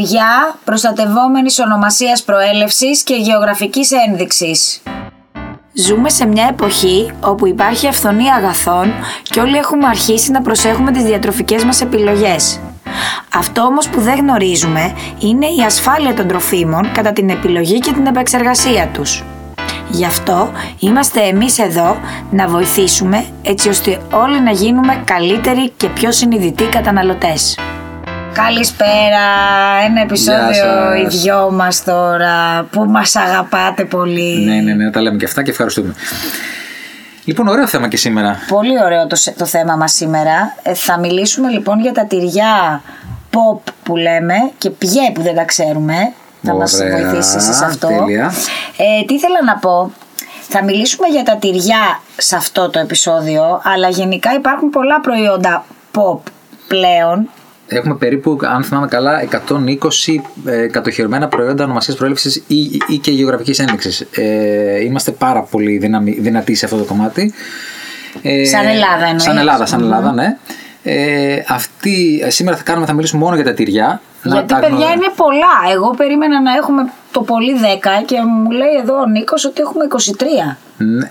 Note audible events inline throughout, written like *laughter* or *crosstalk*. τυριά προστατευόμενης ονομασίας προέλευσης και γεωγραφικής ένδειξης. Ζούμε σε μια εποχή όπου υπάρχει αυθονία αγαθών και όλοι έχουμε αρχίσει να προσέχουμε τις διατροφικές μας επιλογές. Αυτό όμως που δεν γνωρίζουμε είναι η ασφάλεια των τροφίμων κατά την επιλογή και την επεξεργασία τους. Γι' αυτό είμαστε εμείς εδώ να βοηθήσουμε έτσι ώστε όλοι να γίνουμε καλύτεροι και πιο συνειδητοί καταναλωτές. Καλησπέρα, ένα επεισόδιο οι δυο μας τώρα που μας αγαπάτε πολύ. Ναι, ναι, ναι, τα λέμε και αυτά και ευχαριστούμε. Λοιπόν, ωραίο θέμα και σήμερα. Πολύ ωραίο το, το θέμα μας σήμερα. Ε, θα μιλήσουμε λοιπόν για τα τυριά pop που λέμε και πιέ που δεν τα ξέρουμε. Θα μας Ωραία, βοηθήσεις σε αυτό. τέλεια. Ε, τι ήθελα να πω, θα μιλήσουμε για τα τυριά σε αυτό το επεισόδιο, αλλά γενικά υπάρχουν πολλά προϊόντα pop πλέον Έχουμε περίπου, αν θυμάμαι καλά, 120 ε, κατοχυρωμένα προϊόντα ονομασίας προέλευσης ή, ή και γεωγραφικής ένδειξης. Ε, είμαστε πάρα πολύ δυναμι, δυνατοί σε αυτό το κομμάτι. Ε, Σαν Ελλάδα εννοείς. Σαν Ελλάδα, σαν Ελλάδα, ναι. Ε, αυτή, σήμερα θα κάνουμε, θα μιλήσουμε μόνο για τα τυριά. Να Γιατί τα παιδιά γνω- είναι πολλά. Εγώ περίμενα να έχουμε το πολύ 10 και μου λέει εδώ ο Νίκος ότι έχουμε 23. Ναι,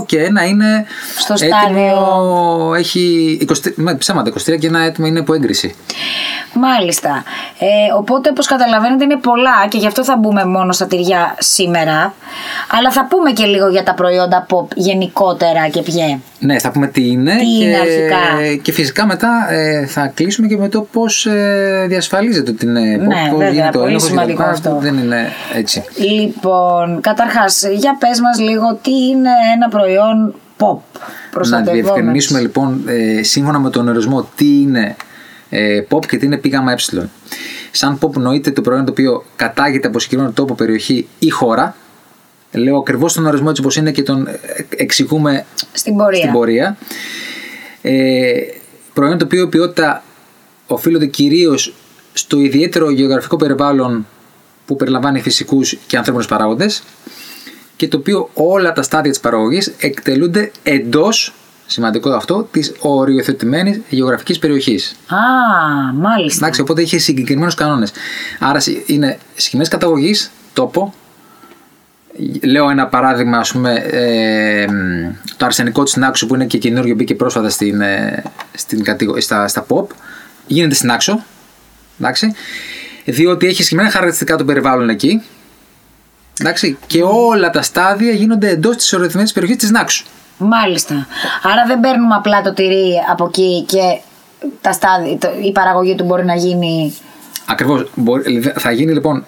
22 και ένα είναι Στο έτοιμο, έχει 23, με ψέματα, 23 και ένα έτοιμο είναι υπό έγκριση. Μάλιστα. Ε, οπότε, όπως καταλαβαίνετε, είναι πολλά και γι' αυτό θα μπούμε μόνο στα τυριά σήμερα. Αλλά θα πούμε και λίγο για τα προϊόντα pop γενικότερα και ποια. Ναι, θα πούμε τι είναι, Τι και, είναι αρχικά. και φυσικά μετά ε, θα κλείσουμε και με το πώς ε, διασφαλίζεται την ε, πώς- Ναι, πώς βέβαια, γίνεται ο πολύ έλεγχος και τα λοιπά, σημαντικό αυτό. Δεν είναι έτσι. Λοιπόν, καταρχάς, για πες μας λίγο τι είναι ένα προϊόν pop. Να προστατευόμενος. διευκρινίσουμε λοιπόν ε, σύμφωνα με τον ορισμό τι είναι ε, pop και τι είναι πήγαμα ε. Σαν pop νοείται το προϊόν το οποίο κατάγεται από συγκεκριμένο τόπο, περιοχή ή χώρα. Λέω ακριβώς τον ορισμό έτσι όπως είναι και τον ε, εξηγούμε Στην πορεία. στην πορεία. Ε, προϊόν το οποίο η ποιότητα οφείλονται κυρίως στο ιδιαίτερο γεωγραφικό περιβάλλον που περιλαμβάνει φυσικούς και ανθρώπινους παράγοντες και το οποίο όλα τα στάδια της παραγωγής εκτελούνται εντός, σημαντικό αυτό, της οριοθετημένης γεωγραφικής περιοχής. Α, μάλιστα. Εντάξει, οπότε είχε συγκεκριμένους κανόνες. Άρα συ- είναι συγκεκριμένε καταγωγής, τόπο. Λέω ένα παράδειγμα, ας πούμε, ε, μ, το αρσενικό της Νάξου που είναι και καινούριο, μπήκε πρόσφατα στην, ε, στην κατηγο- στα, στα pop. Γίνεται στην Νάξο, εντάξει, διότι έχει συγκεκριμένα χαρακτηριστικά του περιβάλλον εκεί. Εντάξει, και όλα τα στάδια γίνονται εντός της οριοθετημένης περιοχής της Νάξου. Μάλιστα. Άρα δεν παίρνουμε απλά το τυρί από εκεί και τα στάδι, το- η παραγωγή του μπορεί να γίνει. Ακριβώς. Θα γίνει λοιπόν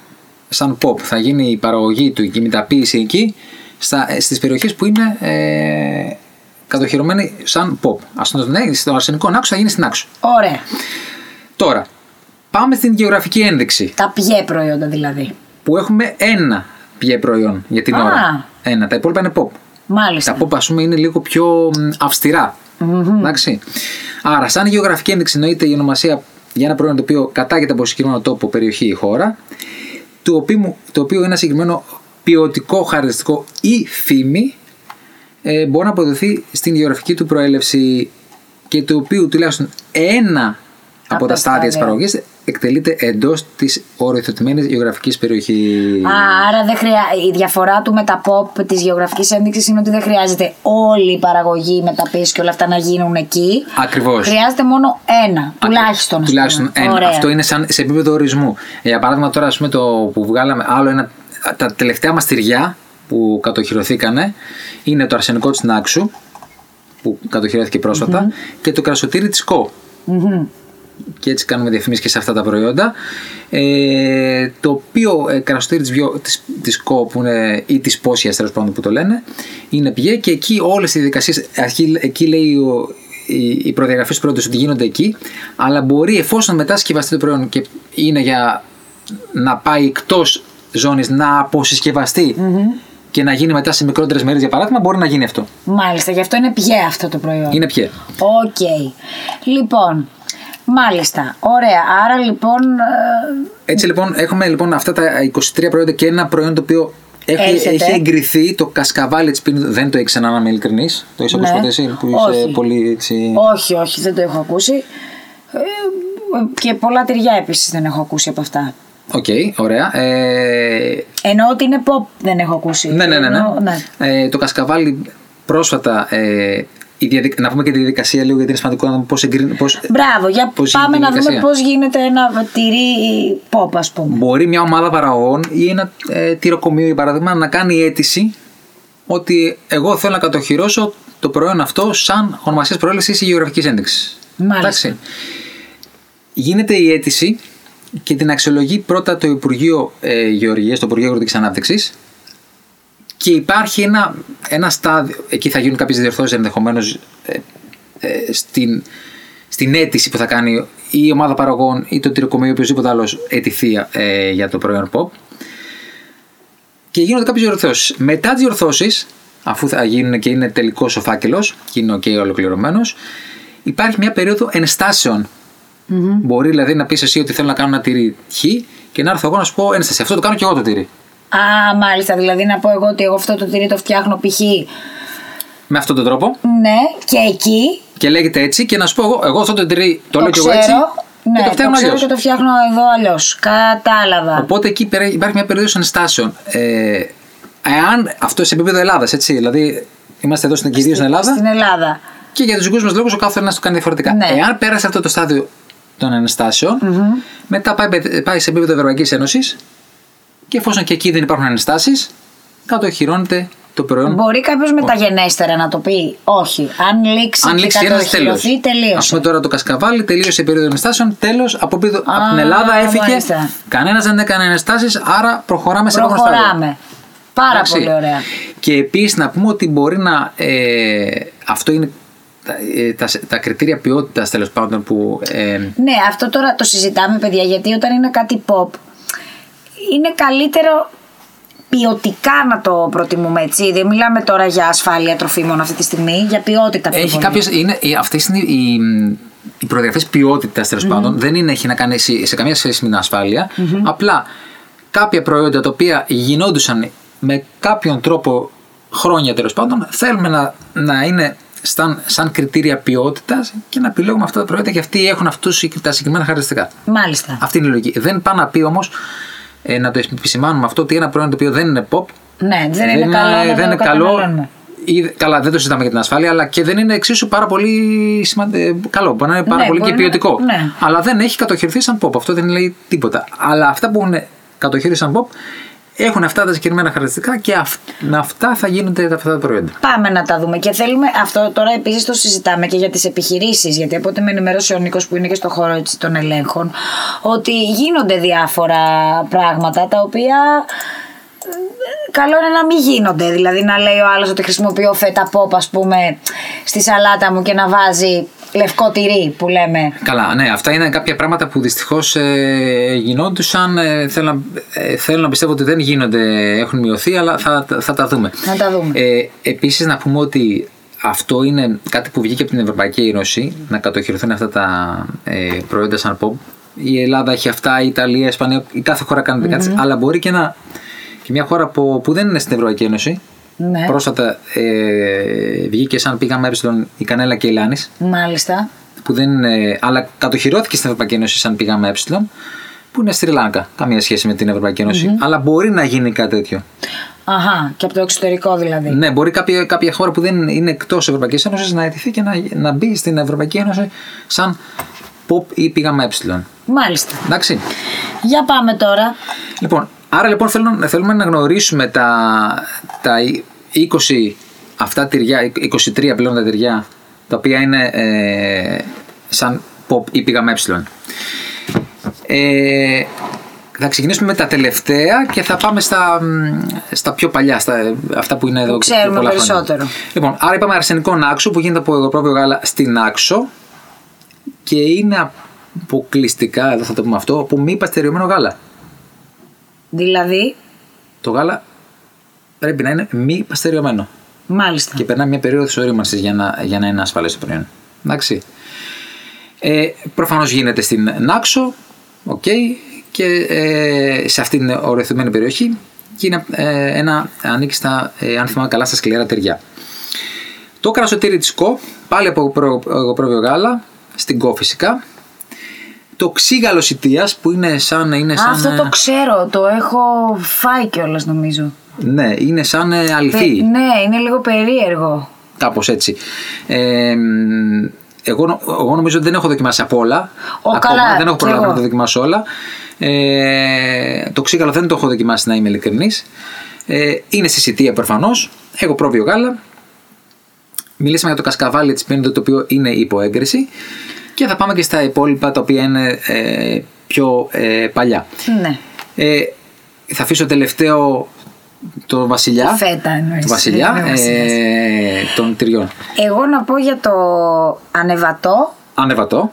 σαν pop, θα γίνει η παραγωγή του και η μεταποίηση εκεί στα, ε, στις περιοχές που είναι ε, κατοχυρωμένη σαν pop. Ας το ναι, στον αρσενικό άξο θα γίνει στην άξο. Ωραία. Τώρα, πάμε στην γεωγραφική ένδειξη Τα πιέ προϊόντα δηλαδή. που έχουμε ένα πιέ προϊόν για την Α. ώρα. Ένα. Τα υπόλοιπα είναι pop. Μάλιστα. Τα pop, ας πούμε, είναι λίγο πιο μ, αυστηρά. Εντάξει. Άρα, σαν γεωγραφική ένδειξη, εννοείται η ονομασία για ένα προϊόν το οποίο κατάγεται από συγκεκριμένο τόπο, περιοχή ή χώρα, το οποίο, το οποίο ένα συγκεκριμένο ποιοτικό χαρακτηριστικό ή φήμη ε, μπορεί να αποδοθεί στην γεωγραφική του προέλευση και του οποίου τουλάχιστον ένα από, Από τα τα στάδια της στάδια. παραγωγής εκτελείται εντός της οριοθετημένης γεωγραφικής περιοχής. Α, άρα δεν χρειά... η διαφορά του με τα pop της γεωγραφικής ένδειξης είναι ότι δεν χρειάζεται όλη η παραγωγή, η μεταποίηση και όλα αυτά να γίνουν εκεί. Ακριβώς. Χρειάζεται μόνο ένα, τουλάχιστον. ας πούμε. Τουλάχιστον ένα. Ωραία. Αυτό είναι σαν, σε επίπεδο ορισμού. Για παράδειγμα, τώρα ας πούμε, το που βγάλαμε άλλο ένα. Τα τελευταία μας τυριά που κατοχυρωθήκανε είναι το αρσενικό της Νάξου που κατοχυρώθηκε πρόσφατα, και το κρασοτήρι της ΚΟ. Και έτσι κάνουμε διαφημίσεις και σε αυτά τα προϊόντα. Ε, το οποίο ε, κρασοτήρι τη της, της ΚΟ που είναι, ή της Πόσιας τέλος πάντων που το λένε είναι πηγέ και εκεί όλες οι διαδικασίε. Εκεί λέει ο, οι, οι προδιαγραφές πρώτε ότι γίνονται εκεί, αλλά μπορεί εφόσον μετά συσκευαστεί το προϊόν και είναι για να πάει εκτός ζώνης να αποσυσκευαστεί και να γίνει μετά σε μικρότερες μέρε για παράδειγμα, μπορεί να γίνει αυτό. Μάλιστα, γι' αυτό είναι πιέ αυτό το προϊόν. Είναι πιέ. Οκ. Λοιπόν, μάλιστα. Ωραία. Άρα λοιπόν. ε, Έτσι λοιπόν, έχουμε λοιπόν αυτά τα 23 προϊόντα και ένα προϊόν το οποίο έχει, Έρχεται. έχει εγκριθεί το κασκαβάλι της πίνη. Δεν το ήξερα, να είμαι ειλικρινής. Το έχεις ακούσει Ναι. ποτέ εσύ, που είσαι Όχι. πολύ έτσι. Όχι, όχι, δεν το έχω ακούσει. Ε, και πολλά τυριά επίσης δεν έχω ακούσει από αυτά. Οκ, ωραία. Ε, Ενώ ότι είναι pop δεν έχω ακούσει. ναι, ναι, ναι. ναι. Ενώ- ναι. Ε, το κασκαβάλι πρόσφατα. Ε, η διαδικα- Να πούμε και τη διαδικασία λίγο γιατί είναι σημαντικό να δούμε πώς εγκρίνει. Πώς... Μπράβο, για Πώς πάμε γίνεται η να δούμε διαδικασία. πώς γίνεται ένα τυρί pop ας πούμε. Μπορεί μια ομάδα παραγωγών ή ένα ε, τυροκομείο, για παράδειγμα, να κάνει αίτηση ότι εγώ θέλω να κατοχυρώσω το προϊόν αυτό σαν ονομασία προέλευσης ή γεωγραφικής ένδειξης. Μάλιστα. Γίνεται η αίτηση και την αξιολογεί πρώτα το Υπουργείο ε, Γεωργίας, το Υπουργείο Αγροτικής Ανάπτυξης και υπάρχει ένα, ένα στάδιο, εκεί θα γίνουν κάποιες διορθώσεις ενδεχομένως ε, ε, στην, στην αίτηση που θα κάνει η ομάδα παραγωγών ή το τυροκομείο ή οποιοδήποτε άλλος αιτηθεί ε, για το προϊόν pop και γίνονται κάποιες διορθώσεις. Μετά τις διορθώσεις, αφού θα γίνουν και είναι τελικός ο φάκελος και είναι OK ολοκληρωμένος, υπάρχει μια περίοδο ενστάσεων. Μπορεί δηλαδή να πεις εσύ ότι θέλω να κάνω ένα τυρί χ και να έρθω εγώ να σου πω ένσταση. Αυτό το κάνω και εγώ το τυρί. Α, μάλιστα. Δηλαδή να πω εγώ ότι εγώ αυτό το τυρί το φτιάχνω π.χ. Με αυτόν τον τρόπο. Ναι, και εκεί. Και λέγεται έτσι και να σου πω εγώ, εγώ αυτό το τυρί το, το λέω και εγώ ξέρω. έτσι. ναι, και το φτιάχνω ξέρω αλλιώς. και το φτιάχνω εδώ αλλιώς. Κατάλαβα. Οπότε εκεί πέρα υπάρχει μια περίοδος ενστάσεων. Ε, εάν αυτό σε επίπεδο Ελλάδας, έτσι. Δηλαδή είμαστε εδώ στην, κυρίω στην Ελλάδα. Στην Ελλάδα. Και για τους δικούς μας λόγους ο κάθε ένας το κάνει διαφορετικά. Ναι. Εάν πέρασε αυτό το στάδιο των ενστασεων μετά πάει, παιδε- πάει σε επίπεδο Ευρωπαϊκής Ένωσης και εφόσον και εκεί δεν υπάρχουν ενστάσει, κατοχυρώνεται το προϊόν. Μπορεί κάποιος μεταγενέστερα να το πει. Όχι. Αν λήξει, Αν και λήξει ένας, τέλο. κατοχυρωθεί, Α τελείωσε. πούμε τώρα το κασκαβάλι, τελείωσε η περίοδο ενστάσεων. Τέλος, από, επίπεδο- από την Ελλάδα έφυγε. μάλιστα. Κανένας δεν έκανε ενστάσει, άρα προχωράμε σε επόμενο στάδιο. Προχωράμε. Πάρα Εντάξει. πολύ ωραία. Και επίσης να πούμε ότι μπορεί να. Ε, αυτό είναι τα, ε, τα, τα κριτήρια ποιότητας τέλος πάντων που. ε, Ναι, αυτό τώρα το συζητάμε, παιδιά, γιατί όταν είναι κάτι pop, είναι καλύτερο ποιοτικά να το προτιμούμε έτσι. Δεν μιλάμε τώρα για ασφάλεια τροφίμων αυτή τη στιγμή, για ποιότητα πιο Έχει πολύ. κάποιες, είναι, ε, αυτές είναι οι, οι προδιαγραφές ποιότητας τέλος πάντων. Δεν είναι, έχει να κάνει σε, σε καμία σχέση με την ασφαλεια Απλά κάποια προϊόντα τα οποία γινόντουσαν με κάποιον τρόπο χρόνια τέλος πάντων θέλουμε να, να είναι σαν, σαν κριτήρια ποιότητας και να επιλέγουμε αυτά τα προϊόντα και αυτοί έχουν αυτούς τα συγκεκριμένα χαρακτηριστικά. Μάλιστα. Αυτή είναι η λογική. Δεν πάω να πει όμως ε, να το επισημάνουμε αυτό ότι ένα προϊόν το οποίο δεν είναι pop Ναι, δεν, είναι καλό. να δεν το είναι καλό. καταναλώνουμε. Ή, καλά, δεν το συζητάμε για την ασφάλεια, αλλά και δεν είναι εξίσου πάρα πολύ σημαν- ε, καλό. Μπορεί να είναι πάρα Ναι, πολύ και μπορεί να- ποιοτικό. ναι. Αλλά δεν έχει κατοχυρθεί σαν pop. Αυτό δεν λέει τίποτα. Αλλά αυτά που έχουν κατοχυρθεί σαν pop έχουν αυτά τα συγκεκριμένα χαρακτηριστικά και αυ- με αυτά θα γίνονται τα- αυτά τα προϊόντα. Πάμε να τα δούμε. Και θέλουμε αυτό τώρα επίσης το συζητάμε και για τις επιχειρήσεις. Γιατί από ό,τι με ενημέρωσε ο Νίκος που είναι και στον χώρο έτσι, των ελέγχων, ότι γίνονται διάφορα πράγματα τα οποία. ε, Καλό είναι να μην γίνονται. Δηλαδή να λέει ο άλλος ότι χρησιμοποιώ φέτα pop, ας πούμε, στη σαλάτα μου και να βάζει λευκό τυρί που λέμε. Καλά, ναι, αυτά είναι κάποια πράγματα που δυστυχώς ε, γινόντουσαν. Ε, θέλω, να- ε, θέλω να πιστεύω ότι δεν γίνονται, έχουν μειωθεί, αλλά θα, θα τα δούμε. Να τα δούμε. Ε, Επίσης, να πούμε ότι αυτό είναι κάτι που βγήκε από την Ευρωπαϊκή Ένωση, να κατοχυρωθούν αυτά τα ε, προϊόντα σαν pop. Η Ελλάδα έχει αυτά, η Ιταλία, η Ισπανία, η κάθε χώρα κάνει δικά της, Mm-hmm. αλλά μπορεί και, να, και μια χώρα που, που δεν είναι στην Ευρωπαϊκή Ένωση. Ναι. Πρόσφατα ε, βγήκε σαν πήγαμε έψιλον η Κανέλα και η Λάνης Μάλιστα. που δεν είναι, αλλά κατοχυρώθηκε στην Ευρωπαϊκή Ένωση σαν πήγαμε ε, που είναι Σρι Λάνκα. Καμία σχέση με την Ευρωπαϊκή Ένωση. Αλλά μπορεί να γίνει κάτι τέτοιο. Αχα, και από το εξωτερικό δηλαδή. Ναι, μπορεί κάποια, κάποια χώρα που δεν είναι εκτός Ευρωπαϊκής Ένωσης να αιτηθεί και να, να μπει στην Ευρωπαϊκή Ένωση σαν pop ή πήγαμε ε. Μάλιστα. Εντάξει. Για πάμε τώρα. Λοιπόν, άρα λοιπόν θέλουμε, θέλουμε να γνωρίσουμε τα, τα 20 αυτά τυριά, 23 πλέον τα τυριά, τα οποία είναι ε, σαν pop ή πήγαμε ε. Ε, θα ξεκινήσουμε με τα τελευταία και θα πάμε στα, μ, στα πιο παλιά, στα, ε, αυτά που είναι εδώ και ξέρουμε πολλά χρόνια. περισσότερο. Λοιπόν, άρα είπαμε αρσενικό νάξο που γίνεται από εγωπρόβιο γάλα στην άξο και είναι αποκλειστικά, εδώ θα το πούμε αυτό, από μη παστεριωμένο γάλα. Δηλαδή, Το γάλα πρέπει να είναι μη παστεριωμένο μάλιστα. και περνά μια περίοδος ορίμανση για να, για να είναι ασφαλές το προϊόν. Εντάξει. Ε, Προφανώς γίνεται στην Νάξο, οκ, και ε, σε αυτήν την οριοθετημένη περιοχή και είναι, ε, ένα, ανήκει στα, ε, αν θυμάμαι καλά, στα σκληρά τυριά. Το κρασοτήρι της ΚΟ, πάλι από προ- από πρόβιο γάλα, στην ΚΟ φυσικά. το ξύγαλος σιτία που είναι σαν. Είναι σαν ε, Αυτό το ξέρω, το έχω φάει κιόλας νομίζω. Ναι, είναι σαν ε, αληθή. Ε, ναι, είναι λίγο περίεργο. Κάπως έτσι. Ε, μ, εγώ, νο- εγώ νομίζω ότι δεν έχω δοκιμάσει απ' όλα. Ω, καλά, δεν έχω κι προλάβει εγώ. να το δοκιμάσω όλα. Ε, το ξύγαλο δεν το έχω δοκιμάσει, να είμαι ειλικρινής. Ε, είναι στη σιτία προφανώς. Έχω πρόβιο γάλα. Μιλήσαμε για το κασκαβάλι της πίνοντο, το οποίο είναι υποέγκριση. Και θα πάμε και στα υπόλοιπα, τα οποία είναι ε, πιο ε, παλιά. Ναι. Ε, θα αφήσω τελευταίο το Βασιλιά. Η φέτα, εννοείς. Το Βασιλιά Ναι, ο ε, των τυριών. Εγώ να πω για το ανεβατό Ανεβατό.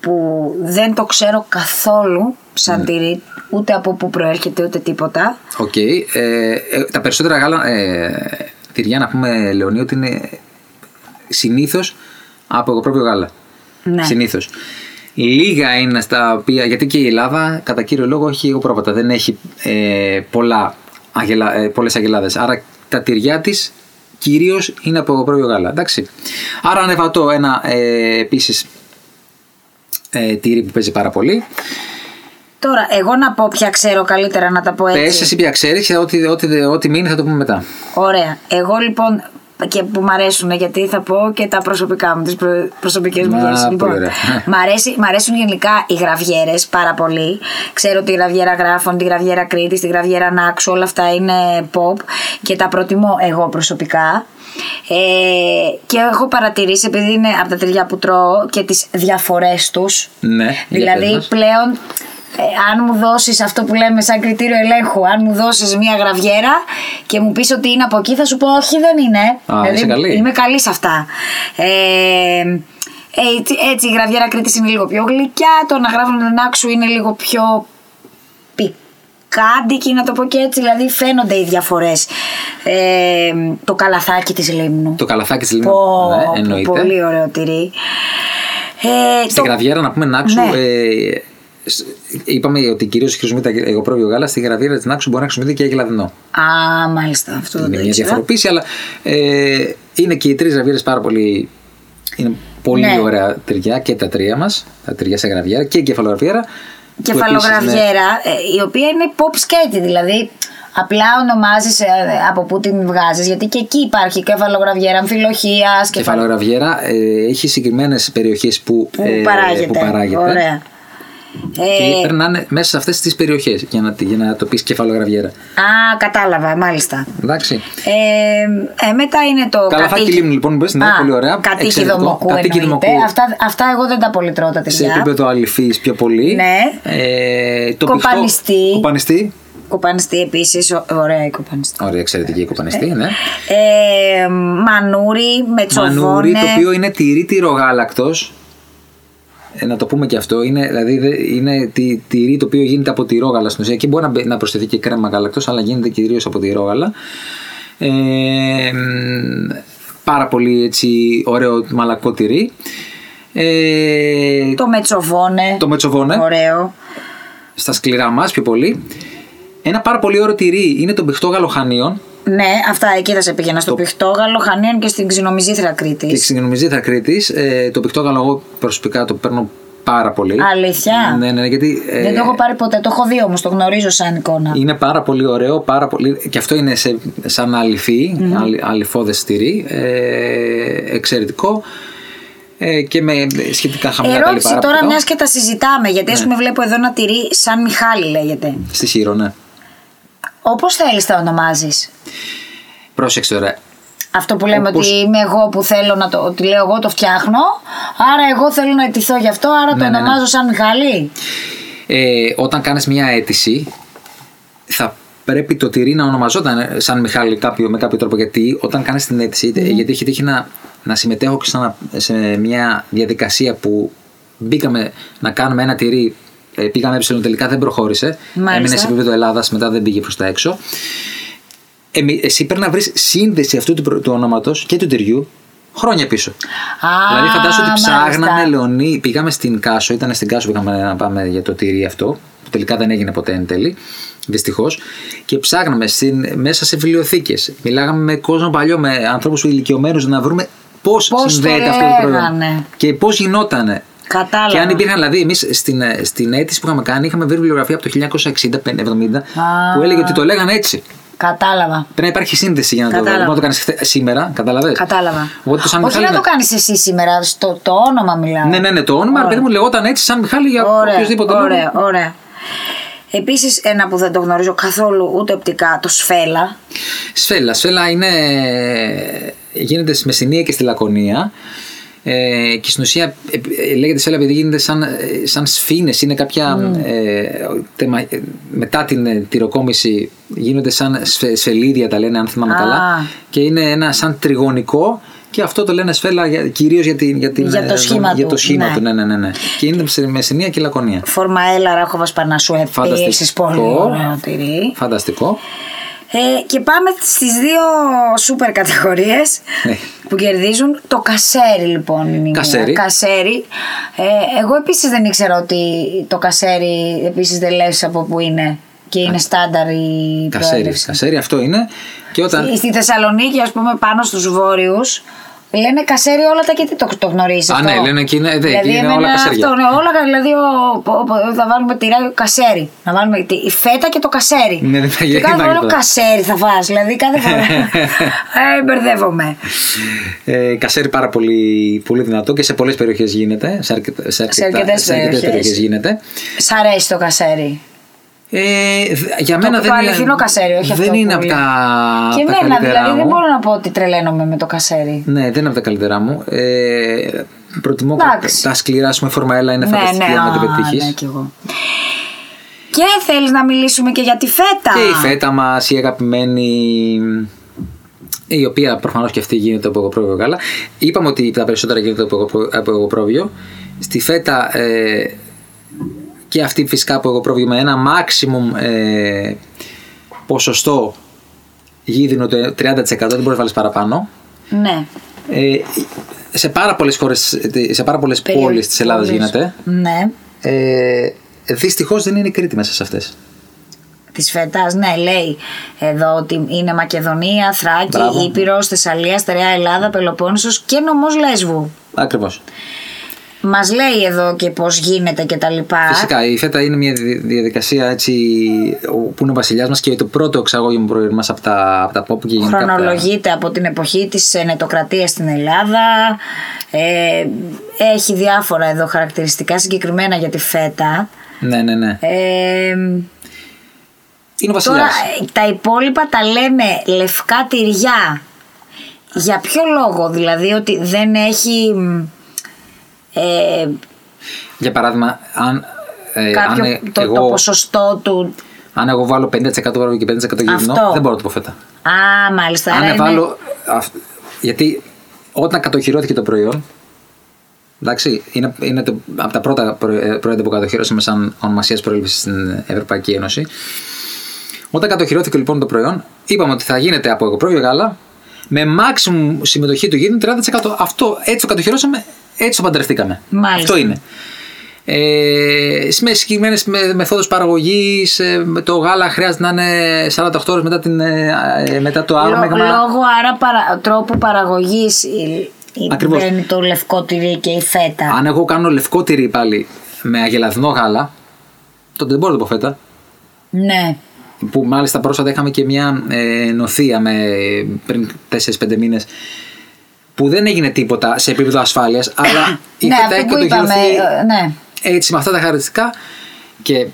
που δεν το ξέρω καθόλου Ναι. σαν τυρί, ούτε από πού προέρχεται ούτε τίποτα. Οκ. Ε, ε, τα περισσότερα γάλα ε, τυριά, να πούμε, Λεωνί, ότι είναι συνήθως από εγωπρόπιο γάλα. Ναι. Συνήθως. Λίγα είναι στα οποία. Γιατί και η Ελλάδα, κατά κύριο λόγο, έχει εγωπρόπατα. Δεν έχει ε, πολλά αγελα, ε, πολλές αγελάδες. Άρα τα τυριά της κυρίως είναι από εγωπρόπιο γάλα. Εντάξει. Άρα ανεβατώ ένα ε, επίσης ε, τυρί που παίζει πάρα πολύ. Τώρα, εγώ να πω ποια ξέρω καλύτερα να τα πω Πες, έτσι. εσύ πια ξέρει και ό,τι, ό,τι, ό,τι μείνει θα το πούμε μετά. Ωραία. Εγώ λοιπόν και που μ' αρέσουν γιατί θα πω και τα προσωπικά μου, τις προ- προσωπικές μου Α, γεύσεις. πολύ Λοιπόν, ωραία. *laughs* μ, αρέσει, μ' αρέσουν γενικά οι γραβιέρες πάρα πολύ. Ξέρω τη γραβιέρα Γράφων, τη γραβιέρα Κρήτης, τη γραβιέρα Νάξου, όλα αυτά είναι pop και τα προτιμώ εγώ προσωπικά. Ε, και έχω παρατηρήσει επειδή είναι από τα τριλιά που τρώω και τις διαφορές τους Ναι, για Δηλαδή πες μας. πλέον ε, αν μου δώσεις αυτό που λέμε σαν κριτήριο ελέγχου, αν μου δώσεις μια γραβιέρα και μου πεις ότι είναι από εκεί θα σου πω όχι δεν είναι. Δηλαδή, Α, είσαι καλή. Είμαι καλή σε αυτά. Ε, έτσι, έτσι η γραβιέρα Κρήτης είναι λίγο πιο γλυκιά, το να γράφουν τον άξου είναι λίγο πιο πικάντικη να το πω και έτσι, δηλαδή φαίνονται οι διαφορές. Ε, το καλαθάκι της Λίμνου. Το καλαθάκι της Λίμνου. Πω, ναι, εννοείται. πολύ ωραίο τυρί. Ε, Στη το- γραβιέρα, να πούμε, Νάξου. Ναι. Ε, σ- είπαμε ότι κυρίως χρησιμοποιείται εγωπρόβιο γάλα. Στη γραβιέρα τη Νάξου μπορεί να χρησιμοποιείται και αγελαδινό. Α, μάλιστα, αυτό δεν Είναι το μια ήξερα. διαφοροποίηση, αλλά ε, είναι και οι τρεις γραβιέρες πάρα πολύ. Είναι πολύ Ναι. ωραία τυριά και τα τρία μας. Τα τρία σε γραβιέρα και η κεφαλογραβιέρα. που επίσης ναι, είναι- Κεφαλογραβιέρα, ε, η οποία είναι pop skate, δηλαδή απλά ονομάζεις ε, από πού την βγάζεις, γιατί και εκεί υπάρχει κεφαλογραβιέρα, αμφιλοχίας, κεφαλο... Κεφαλογραβιέρα ε, έχει συγκεκριμένες περιοχές που, που, ε, παράγεται. που παράγεται. Ωραία. Και Ε, περνάνε μέσα σε αυτές τις περιοχές για, να- για να το πεις κεφαλογραβιέρα. α, κατάλαβα, μάλιστα. Εντάξει. Ε, ε, μετά είναι το Καλαθάκι λίμνου, λοιπόν, που είπες, ναι, Α, πολύ ωραία, Κατοίκι εξαιρετικό. δομοκού Κατοίκι εννοείται. δομοκού. Αυτά, αυτά εγώ δεν τα πολύ τρώω τα σε τυριά. επίπεδο αληθής πιο πολύ. Ναι. Ε, το Κοπανιστή. Πιχτό... Κοπανιστή. Κοπανιστή επίσης, ω- ωραία η κοπανιστή. Ωραία, εξαιρετική κοπανιστή, ναι. Ε, μανούρι με Μανούρι, τσοβόνε. το οποίο είναι τυρί τυρογάλακτος. Ε, να το πούμε και αυτό. Είναι, δηλαδή, δε- είναι τι- τυρί το οποίο γίνεται από τυρόγαλα στην ουσία και μπορεί να, μπε- να προσθεθεί και κρέμα γάλακτος, αλλά γίνεται κυρίως από τυρόγαλα. Ε, μ, πάρα πολύ έτσι ωραίο μαλακό τυρί. Ε, Το μετσοβόνε. το μετσοβόνε. Ωραίο. στα σκληρά μας πιο πολύ. Ένα πάρα πολύ ωραίο τυρί είναι το μπιχτό γαλοχανίων. Ναι, αυτά εκεί θα σε πήγαινα. Στο πιχτό γαλοχανίων και στην ξινομιζήθρα Και Κρήτη. συγγνωμιζή θα Κρήτης. Ε, το μπιχτό γαλο, εγώ προσωπικά το παίρνω πάρα πολύ. Αλήθεια? Ναι, ναι, ναι, γιατί. ε, Δεν το έχω πάρει ποτέ. Το έχω δει όμως, το γνωρίζω σαν εικόνα. Είναι πάρα πολύ ωραίο, πάρα πολύ... και αυτό είναι σε, σαν αληθή, Ναι. αλη- αληθόδες τυρί, ε, εξαιρετικό ε, και με σχετικά χαμηλά τα Ερώτηση λιπαρά τώρα, πετάω. μιας και τα συζητάμε, γιατί Ναι. α πούμε βλέπω εδώ ένα τυρί σαν Μιχάλη λέγεται. Στη Σύρο, ναι. Όπως θέλεις τα ονομάζεις. Πρόσεξε τώρα. Αυτό που λέμε Όπως- ότι είμαι εγώ που θέλω να το. Ότι λέω εγώ το φτιάχνω, άρα εγώ θέλω να ετηθώ γι' αυτό, άρα Ναι, το ναι, ναι. ονομάζω σαν Μιχάλη. Ε, όταν κάνεις μια αίτηση θα πρέπει το τυρί να ονομαζόταν ε, σαν Μιχάλη κάποιο, με κάποιο τρόπο γιατί όταν κάνεις την αίτηση ε, γιατί έχει τύχει να, να συμμετέχω και σαν να- σε μια διαδικασία που μπήκαμε να κάνουμε ένα τυρί ε, πήγαμε ε τελικά δεν προχώρησε Μάλιστα. έμεινε σε επίπεδο Ελλάδας μετά δεν πήγε προς τα έξω Εμεί- εσύ πρέπει να βρεις σύνδεση αυτού του, προ- του ονόματος και του τυριού χρόνια πίσω Α, δηλαδή φαντάζομαι ότι μάλιστα. ψάχνανε Λεωνί, πήγαμε στην Κάσο, ήταν στην Κάσο που είχαμε να πάμε για το τυρί αυτό, που τελικά δεν έγινε ποτέ εν τέλει, δυστυχώς. Και ψάχναμε στην, μέσα σε βιβλιοθήκες. Μιλάγαμε με κόσμο παλιό, με ανθρώπους ηλικιωμένους, να βρούμε πώς Πώς το συνδέεται αυτό το λέγανε. πρόβλημα. Και πώς γινότανε. Κατάλαβα. Και αν υπήρχαν, δηλαδή, εμείς στην, στην αίτηση που είχαμε κάνει, είχαμε βρει βιβλιογραφία από το 1960-70 που έλεγε ότι το λέγανε έτσι. Κατάλαβα. Πρέπει να υπάρχει σύνδεση για να το, Κατάλαβα. να το κάνεις σήμερα. Κατάλαβες. Κατάλαβα. Οπότε το Σαν Όχι Μιχάλη να το είναι- κάνεις εσύ σήμερα, στο, το όνομα μιλάω. Ναι, ναι, ναι, το όνομα, Ωραία. ρε παιδί μου, ναι. λεγόταν έτσι σαν Μιχάλη για Ωραία, οποιοδήποτε ωραία, λόγο. ωραία. Επίσης, ένα που δεν το γνωρίζω καθόλου ούτε οπτικά, το σφέλα. Σφέλα. Σφέλα είναι... γίνεται στη Μεσσηνία και στη Λακωνία. Ε, και στην ουσία ε, ε, λέγεται σφέλα επειδή γίνεται σαν, ε, σαν σφήνες, είναι κάποια Mm. ε, τεμα- ε, μετά την ε, τυροκόμηση γίνονται σαν σφε, σφελίδια τα λένε αν θυμάμαι Α. καλά και είναι ένα σαν τριγωνικό και αυτό το λένε σφέλα για, κυρίως για, την, για, την, Για το ε, σχήμα για του, το σχήμα ναι. του, ναι, ναι, ναι, ναι. και είναι σε Μεσσηνία και Λακωνία. Φορμαέλα, Ράχοβας, Πανασού, Φανταστικό. επίση πολύ ωραίο τυρί. Φανταστικό. Ε, και πάμε στις δύο σούπερ κατηγορίες Ναι. που κερδίζουν. Το κασέρι λοιπόν είναι η μία. Κασέρι. κασέρι. Ε, εγώ επίσης δεν ήξερα ότι το κασέρι επίσης δεν λες από που είναι και είναι στάνταρ η Κασέρι. προέλευση. Κασέρι αυτό είναι. Και όταν... Στη- Στη Θεσσαλονίκη ας πούμε πάνω στους βόρειους λένε κασέρι όλα τα και τι το, το γνωρίζεις Α, αυτό. ναι, λένε εκεί, ναι, δε, εκεί δηλαδή, είναι εμένα όλα κασέρια. Αυτό, ναι, όλα, δηλαδή ο- ο- ο- θα βάλουμε τυράκι κασέρι. Να βάλουμε τη, η φέτα και το κασέρι. Ναι, δεν θα και γίνει, κάθε δεν φορά γίνεται. κασέρι θα φας, δηλαδή κάθε *laughs* φορά. ε, μπερδεύομαι. Ε, κασέρι πάρα πολύ, πολύ δυνατό και σε πολλές περιοχές γίνεται. Σε, αρκετά, σε, αρκετά, αρκετές σε αρκετές περιοχές. περιοχές γίνεται. Σ' αρέσει το κασέρι. Ε, δ- για μένα το δεν αληθινό είναι, κασέρι, όχι δεν αυτό είναι που από λέει. τα, και από τα εμένα καλύτερά δηλαδή μου. δεν μπορώ να πω ότι τρελαίνομαι με το κασέρι. Ναι, δεν είναι από τα καλύτερά μου. Ε, προτιμώ κα- Εντάξει. Ναι, τα σκληρά, ας πούμε, φορμαέλα είναι φανταστική άμα α, την πετύχεις. ναι, κι εγώ. Και θέλεις να μιλήσουμε και για τη φέτα. Και η φέτα μας, η αγαπημένη. Η οποία προφανώς και αυτή γίνεται από εγωπρόβιο γάλα. Είπαμε ότι τα περισσότερα γίνονται από εγωπρό- από εγωπρόβιο. Στη φέτα ε, και αυτή φυσικά από εγωπρόβιο με ένα maximum ε, ποσοστό γίδινο το 30% δεν μπορείς να βάλεις παραπάνω. Ναι. Ε, σε πάρα πολλές χώρες, σε πάρα πολλές πόλεις της Ελλάδας Πόλεις. γίνεται. Ναι. Ε, δυστυχώς δεν είναι η Κρήτη μέσα σε αυτές. Της φέτα, ναι, λέει εδώ ότι είναι Μακεδονία, Θράκη, Μπράβο. Ήπειρος, Θεσσαλία, Στερεά Ελλάδα, Πελοπόννησος και νομός Λέσβου. Ακριβώς. Μας λέει εδώ και πώς γίνεται και τα λοιπά. Φυσικά, η φέτα είναι μια δι- διαδικασία έτσι, που είναι ο βασιλιάς μας και το πρώτο εξαγώγημα προϊόν μας από τα, από τα pop και γενικά. από τα- Χρονολογείται από την εποχή της ενετοκρατίας στην Ελλάδα. Ε, έχει διάφορα εδώ χαρακτηριστικά συγκεκριμένα για τη φέτα. Ναι, ναι, ναι. Ε, Είναι ο βασιλιά. τώρα ε, τα υπόλοιπα τα λέμε λευκά τυριά. Για ποιο λόγο δηλαδή ότι δεν έχει... μ, Ε, Για παράδειγμα, αν, ε, κάποιο, αν, ε, το, εγώ, το ποσοστό του. αν εγώ βάλω 50% βάρβαρο και 50% Αυτό. γυμνό, δεν μπορώ να το πω φέτα. Α, μάλιστα. ναι. άρα αν ε, είναι- βάλω. αυ- γιατί όταν κατοχυρώθηκε το προϊόν. Εντάξει, είναι, είναι το, από τα πρώτα προ- ε, προϊόντα που κατοχυρώσαμε σαν ονομασίας προέλευσης στην Ευρωπαϊκή Ένωση. Όταν κατοχυρώθηκε λοιπόν το προϊόν, είπαμε ότι θα γίνεται από εγωπρόβιο γάλα με maximum συμμετοχή του γύρου 30%. Αυτό έτσι το κατοχυρώσαμε, έτσι το παντρευτήκαμε. Μάλιστα. Αυτό είναι. Ε, με συγκεκριμένες μεθόδους παραγωγής, το γάλα χρειάζεται να είναι 48 ώρες μετά, την, ε, ε, μετά το Λο- άρωμα. Είχαμε ένα- λόγω άρα παρα, τρόπου παραγωγής Ακριβώς. μπαίνει το λευκό τυρί και η φέτα. Αν εγώ κάνω λευκό τυρί πάλι με αγελαδινό γάλα, τότε δεν μπορώ να το πω φέτα. Ναι. Που μάλιστα πρόσφατα είχαμε και μια ε, νοθεία με, πριν 4-5 μήνες που δεν έγινε τίποτα σε επίπεδο ασφάλειας, αλλά η ναι, φέτα αυτό έχει που είπαμε. κατοχυρωθεί ε, Ναι. έτσι με αυτά τα χαρακτηριστικά. Και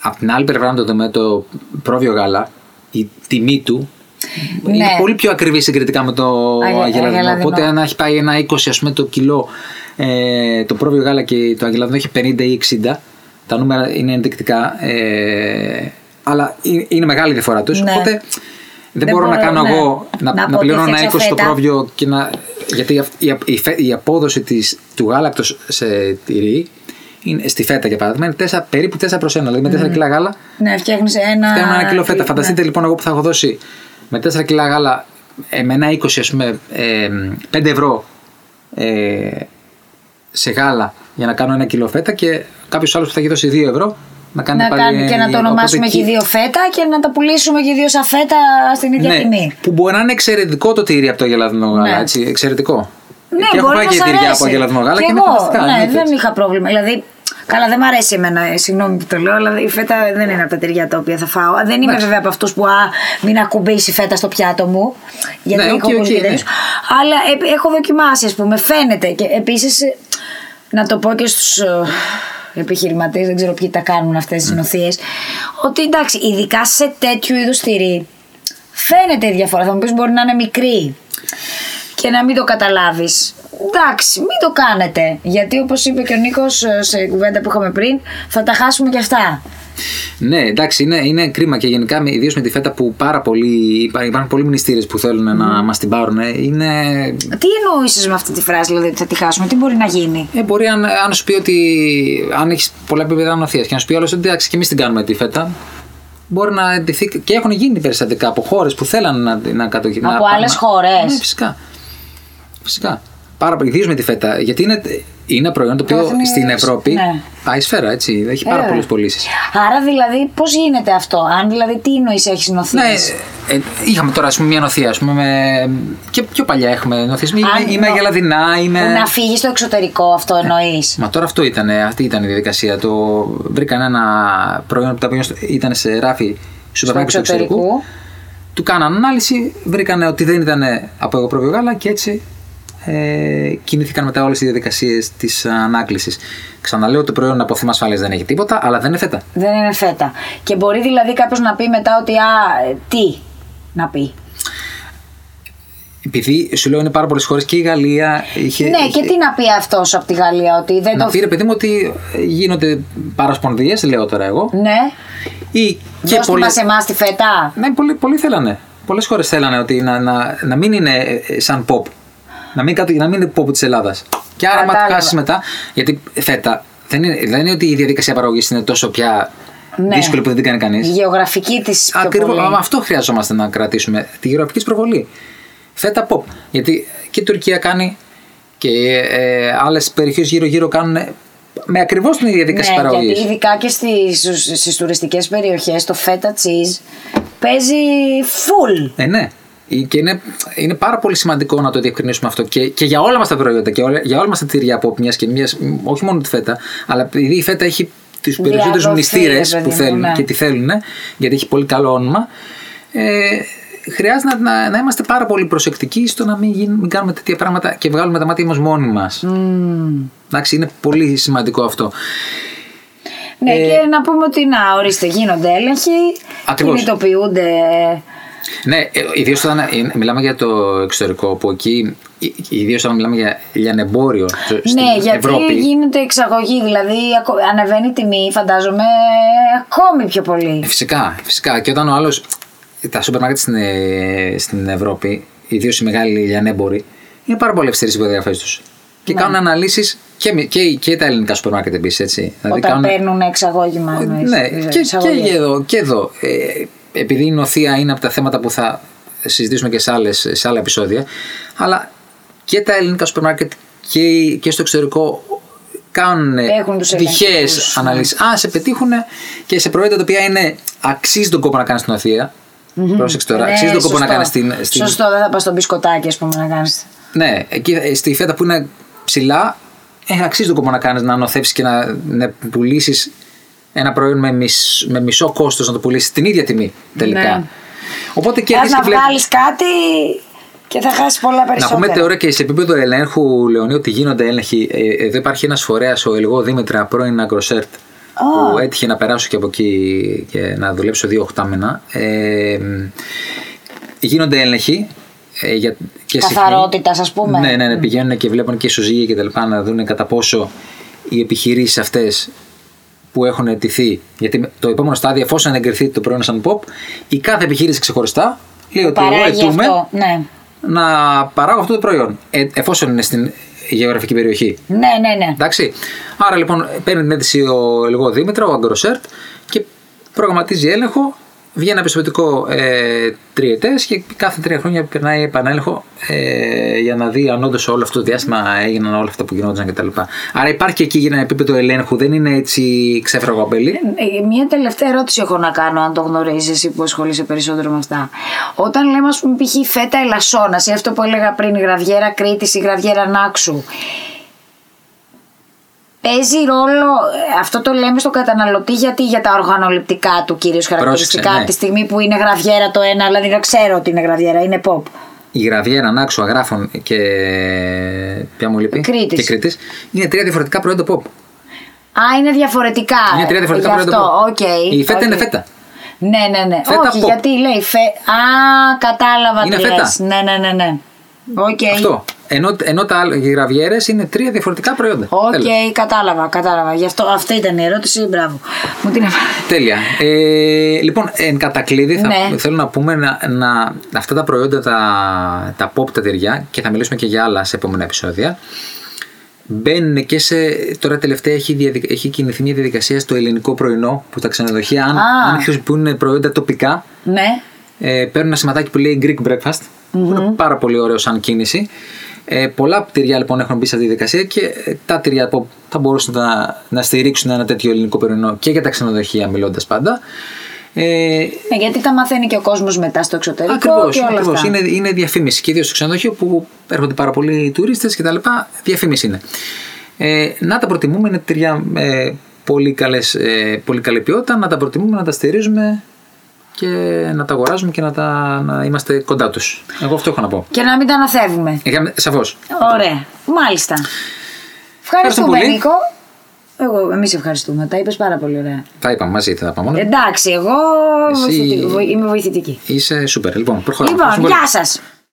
από την άλλη πλευρά, με το, με το πρόβιο γάλα, η τιμή του είναι Ναι. πολύ πιο ακριβή συγκριτικά με το Αγε- αγελαδινό. αγελαδινό. Οπότε, αν έχει πάει ένα 20 ας πούμε, το κιλό ε, το πρόβιο γάλα και το αγελαδινό έχει 50 ή 60, τα νούμερα είναι ενδεικτικά. Ε, αλλά ε- είναι μεγάλη η διαφορά τους. Ναι. Οπότε δεν, Δεν μπορώ, να μπορώ, κάνω ναι. εγώ να, Να να, πω ότι πληρώνω ένα έφτιαξα 20 το φέτα. πρόβιο και να. Γιατί αυ- η, η, φε- η απόδοση της, του γάλακτος σε τυρί είναι, στη φέτα για παράδειγμα είναι τέσσερα- περίπου 4 προ 1. Δηλαδή με 4 κιλά γάλα Ναι, φτιάχνεις ένα. Θέλω ένα κιλό φέτα. ναι. Φανταστείτε λοιπόν εγώ που θα έχω δώσει με 4 κιλά γάλα ε, με ένα 20 ας πούμε ε, 5 ευρώ ε, σε γάλα για να κάνω ένα κιλό φέτα και κάποιος άλλος που θα έχει δώσει 2 ευρώ να κάνει Να πάλι κάνει και ε, να το οπότε ονομάσουμε και εκεί- δύο φέτα και να τα πουλήσουμε και δύο σαν φέτα στην ίδια ναι, τιμή. Που μπορεί να είναι εξαιρετικό το τυρί από το γελαδινό γάλα. Ναι. Έτσι, εξαιρετικό. Ναι, και έχω μπορεί πάει να και σ' τυριά αρέσει. από αγελαδμό γάλα και, είναι εγώ, φανταστικά. Ναι, εννοείται. δεν είχα πρόβλημα. Δηλαδή, καλά, δεν μ' αρέσει εμένα, ε, συγγνώμη που το λέω, αλλά η φέτα δεν είναι από τα τυριά τα οποία θα φάω. Δεν είμαι βέβαια από αυτούς που α, μην ακουμπήσει η φέτα στο πιάτο μου. Γιατί Ναι, έχω οκ, οκ, πολύ ναι. τέτοιους. Αλλά ε, έχω δοκιμάσει, ας πούμε, φαίνεται. Και επίσης, να το πω και στους επιχειρηματίες, δεν ξέρω ποιοι τα κάνουν αυτές τις συνοθείε, ότι εντάξει, ειδικά σε τέτοιου είδους τυρί, φαίνεται η διαφορά. Θα μου πεις μπορεί να είναι μικρή και να μην το καταλάβεις. Εντάξει, μην το κάνετε. Γιατί όπως είπε και ο Νίκος σε κουβέντα που είχαμε πριν, θα τα χάσουμε και αυτά. Ναι, εντάξει, είναι, είναι κρίμα και γενικά ιδίως με τη φέτα που πάρα πολλοί, υπά- υπάρχουν πολλοί μνηστήρε που θέλουν Ναι. να μας την πάρουν. Είναι. Τι εννοούσε με αυτή τη φράση, δηλαδή ότι θα τη χάσουμε, τι μπορεί να γίνει. Ε, μπορεί αν, αν σου πει ότι. αν έχεις πολλά επίπεδα ανοθεία και να σου πει όλος ότι εντάξει, και εμείς την κάνουμε τη φέτα. Μπορεί να εντυθεί και έχουν γίνει περιστατικά από χώρες που θέλαν να, να κατοχυρώσουν. Από άλλες χώρες. Ναι, φυσικά. Φυσικά. Πάρα πολύ. Ιδίω με τη φέτα. Γιατί είναι, είναι προϊόν το οποίο Διεθνής, στην Ευρώπη ναι. πάει σφαίρα, έτσι. Έχει πάρα Ε. πολλές πωλήσεις. Άρα δηλαδή, πώς γίνεται αυτό, αν δηλαδή τι νοήσει έχεις νοθείς. Ναι, ε, είχαμε τώρα ας πούμε, μια νοθεία. Ας πούμε, με... και πιο παλιά έχουμε νοθείε. Είμαι, είμαι γελαδινά, είμαι. Να φύγεις στο εξωτερικό, αυτό εννοείς. Μα τώρα αυτό ήταν, αυτή ήταν η διαδικασία. Το... Βρήκαν ένα προϊόν που τα οποία ήταν σε ράφι σούπερ μάρκετ του εξωτερικού. Του κάναν ανάλυση, βρήκαν ότι δεν ήταν ε, από εγώ πρόβιο γάλα και έτσι ε, κινήθηκαν μετά όλες οι διαδικασίες της ανάκλησης. Ξαναλέω ότι το προϊόν από θέμα ασφάλειας δεν έχει τίποτα, αλλά δεν είναι φέτα. Δεν είναι φέτα. Και μπορεί δηλαδή κάποιος να πει μετά ότι α, ε, τι να πει. Επειδή σου λέω είναι πάρα πολλές χώρες και η Γαλλία είχε. ναι, και τι να πει αυτός από τη Γαλλία, ότι δεν Να το. πει ρε παιδί μου ότι γίνονται παρασπονδίες, λέω τώρα εγώ. Ναι. Ή και Και Δώστε πολλές- μας εμάς τη φέτα. Ναι, πολλοί, πολλοί θέλανε. Πολλές χώρες θέλανε ότι να, να, να μην είναι ε, ε, σαν pop. Να μην, κάτω, να μην είναι pop της Ελλάδας. Και άρα, άμα το Κατάλαβα. χάσεις μετά. Γιατί θέτα, δεν είναι, δεν είναι ότι η διαδικασία παραγωγής είναι τόσο πια Ναι. δύσκολη που δεν την κάνει Η κανεί. γεωγραφική της πιο Ακριβώς. πολύ. Αυτό χρειαζόμαστε να κρατήσουμε. Τη γεωγραφική προβολή. Φέτα pop. Γιατί και η Τουρκία κάνει και ε, άλλες περιοχές γύρω-γύρω κάνουν με ακριβώς την ίδια διαδικασία ναι, παραγωγή. γιατί ειδικά και στις, στις τουριστικές περιοχές το φέτα cheese παίζει full. Ε, ναι. Ε, Και είναι, είναι πάρα πολύ σημαντικό να το διευκρινίσουμε αυτό και, και για όλα μας τα προϊόντα και όλα- για όλα μας τα τυριά από μιας και μιας, όχι μόνο τη φέτα, αλλά επειδή η φέτα έχει του περισσότερου Διαδοθεί, μνηστήρε ρε που παιδί μου, θέλουν ναι. και τη θέλουν, γιατί έχει πολύ καλό όνομα. Ε, χρειάζεται να, να, να είμαστε πάρα πολύ προσεκτικοί στο να μην, γίν- μην κάνουμε τέτοια πράγματα και βγάλουμε τα μάτια μας μόνοι μας. Εντάξει, είναι πολύ σημαντικό αυτό. Ναι, Ε, και να πούμε ότι να, ορίστε, γίνονται έλεγχοι, Ακριβώς. κινητοποιούνται. Ναι, ιδίως όταν ε, μιλάμε για το εξωτερικό, που εκεί, ιδίως όταν μιλάμε για λιανεμπόριο στο- στην ναι, γιατί Ευρώπη. γίνεται εξαγωγή, δηλαδή ακο- ανεβαίνει η τιμή, φαντάζομαι, ακόμη πιο πολύ. Ε, Φυσικά, φυσικά. Και όταν ο άλλος. Τα σούπερ μάρκετ στην, ε, στην Ευρώπη, ιδίως οι μεγάλοι λιανέμποροι, είναι πάρα πολύ αυστηροί στις προδιαγραφέ τους. Και Ναι. κάνουν αναλύσεις και, με- και, και τα ελληνικά σούπερ μάρκετ επίσης, έτσι. Δηλαδή Όταν κάνουν- παίρνουν εξαγώγημα, εννοείς, ναι, ε, και, και, εξαγωγή. εδώ. Και εδώ. Ε, επειδή η νοθεία είναι από τα θέματα που θα συζητήσουμε και σε, άλλες, σε άλλα επεισόδια, αλλά και τα ελληνικά σούπερ μάρκετ και, οι- και στο εξωτερικό κάνουν Έχουν τους τυχαίε ελεγχούς, ναι. αναλύσεις. Α, σε πετύχουν και σε προϊόντα τα οποία είναι αξίζει τον κόπο να κάνεις την νοθεια Πρόσεξε τώρα, Ναι, αξίζει τον κόπο να σωστό. κάνεις την. στην- Σωστό, δεν θα πας στον μπισκοτάκι, ας πούμε, να κάνεις. ναι, εκεί, ε, στη φέτα που είναι ψηλά, ε, αξίζει τον κόπο να κάνεις να νοθεύσεις και να, να πουλήσεις ένα προϊόν με, μισ- με μισό κόστος να το πουλήσεις την ίδια τιμή τελικά. Ναι. Οπότε και Πα έχεις να και βλέπεις- βγάλεις κάτι και θα χάσεις πολλά να περισσότερα. πούμε τώρα και σε επίπεδο ελέγχου, Λεωνίου, ότι γίνονται έλεγχοι. Ε, εδώ υπάρχει ένας φορέας, ο Ελγό Δήμητρα, πρώην Αγκροσέρτ, που έτυχε να περάσω και από εκεί και να δουλέψω δύο οχτάμενα. Ε, γίνονται έλεγχοι. Ε, για, και συχνή- Καθαρότητας, ας πούμε. Mm. Ναι, ναι, ναι, πηγαίνουν και βλέπουν και ισοζύγια και τα λοιπά να δουν κατά πόσο οι επιχειρήσεις αυτές που έχουν αιτηθεί. Γιατί το επόμενο στάδιο, εφόσον εγκριθεί το προϊόν σαν pop, η κάθε επιχείρηση ξεχωριστά λέει ότι εγώ Παράγει αιτούμε αυτό. Ναι. να παράγω αυτό το προϊόν. Ε, εφόσον είναι στην γεωγραφική περιοχή. ναι, ναι, ναι. Εντάξει. Άρα λοιπόν παίρνει την αίτηση ο Ελγό Δήμητρα, ο Αγκροσέρτ και προγραμματίζει έλεγχο. βγαίνει ένα πιστοποιητικό ε, τριετέ και κάθε τρία χρόνια περνάει επανέλεγχο ε, για να δει αν όντως όλο αυτό το διάστημα έγιναν όλα αυτά που γινόντουσαν κτλ. Άρα υπάρχει και εκεί ένα επίπεδο ελέγχου, δεν είναι έτσι ξέφραγο αμπελί. Ε, Μία τελευταία ερώτηση έχω να κάνω, αν το γνωρίζεις εσύ που ασχολείσαι περισσότερο με αυτά. Όταν λέμε, ας πούμε, π.χ. φέτα ελασσόνας ή αυτό που έλεγα πριν, η γραβιέρα Κρήτης ή γραβιέρα Νάξου. Παίζει ρόλο, ε, αυτό το λέμε στον καταναλωτή γιατί για τα οργανοληπτικά του κυρίως χαρακτηριστικά. ναι. Τη στιγμή που είναι γραβιέρα το ένα, αλλά δεν ξέρω ότι είναι γραβιέρα, είναι pop. Η γραβιέρα ανάξου αγράφων και. Ποια μου λείπει? Κρήτης. Και Κρήτης. Είναι τρία διαφορετικά προϊόντα pop. Α, είναι διαφορετικά. Είναι τρία διαφορετικά Ε, Γι' προϊόντα αυτό, pop. οκ. Η φέτα οκ. είναι φέτα. Ναι, ναι, ναι. Φέτα Όχι, pop. γιατί λέει φε... Α, κατάλαβα Είναι τι φέτα. λες. Ναι, ναι, ναι, ναι. Οκ. Αυτό. Ενώ, ενώ τα άλλα- οι γραβιέρες είναι τρία διαφορετικά προϊόντα. Οκ, Τέλος. κατάλαβα, κατάλαβα. Γι' αυτό αυτή ήταν η ερώτηση. Μπράβο. Μου την έβαλε. Τέλεια. Ε, λοιπόν, εν κατακλείδη, θα, Ναι. θέλω να πούμε να, να, αυτά τα προϊόντα, τα, τα pop, τα τυριά, και θα μιλήσουμε και για άλλα σε επόμενα επεισόδια, μπαίνουν και σε. Τώρα τελευταία έχει, διαδικα- έχει κινηθεί μια διαδικασία στο ελληνικό πρωινό που τα ξενοδοχεία, αν, Α. αν χρησιμοποιούν προϊόντα τοπικά, Ναι. ε, παίρνουν ένα σηματάκι που λέει Greek breakfast. που είναι πάρα πολύ ωραίο σαν κίνηση. Ε, πολλά τυριά λοιπόν έχουν μπει σε αυτή τη διαδικασία και ε, τα τυριά που θα μπορούσαν να, να στηρίξουν ένα τέτοιο ελληνικό πρωινό και για τα ξενοδοχεία μιλώντας πάντα. Ε, ναι. γιατί τα μαθαίνει και ο κόσμος μετά στο εξωτερικό. Ακριβώ. και όλα Ακριβώς. αυτά. Είναι, είναι διαφήμιση. Και ιδίως στο ξενοδοχείο που έρχονται πάρα πολλοί τουρίστες κτλ. Διαφήμιση είναι. Ε, να τα προτιμούμε, είναι τυριά ε, πολύ, καλές, ε, πολύ καλή ποιότητα. Να τα προτιμούμε, να τα στηρίζουμε και να τα αγοράζουμε και να, τα, να είμαστε κοντά τους. Εγώ αυτό έχω να πω. Και να μην τα αναθεύουμε. Σαφώς. Ωραία. Μάλιστα. Ευχαριστούμε, πολύ. Νίκο. Εγώ, εμείς ευχαριστούμε. Τα είπες πάρα πολύ ωραία. Τα είπαμε μαζί, θα τα πάμε Ε, όλα. Εντάξει, εγώ Ναι. Εσύ- βοηθητική- είμαι βοηθητική. Είσαι σούπερ. Λοιπόν, προχωράμε. Λοιπόν, Ευχαριστούμε πολύ. γεια σας.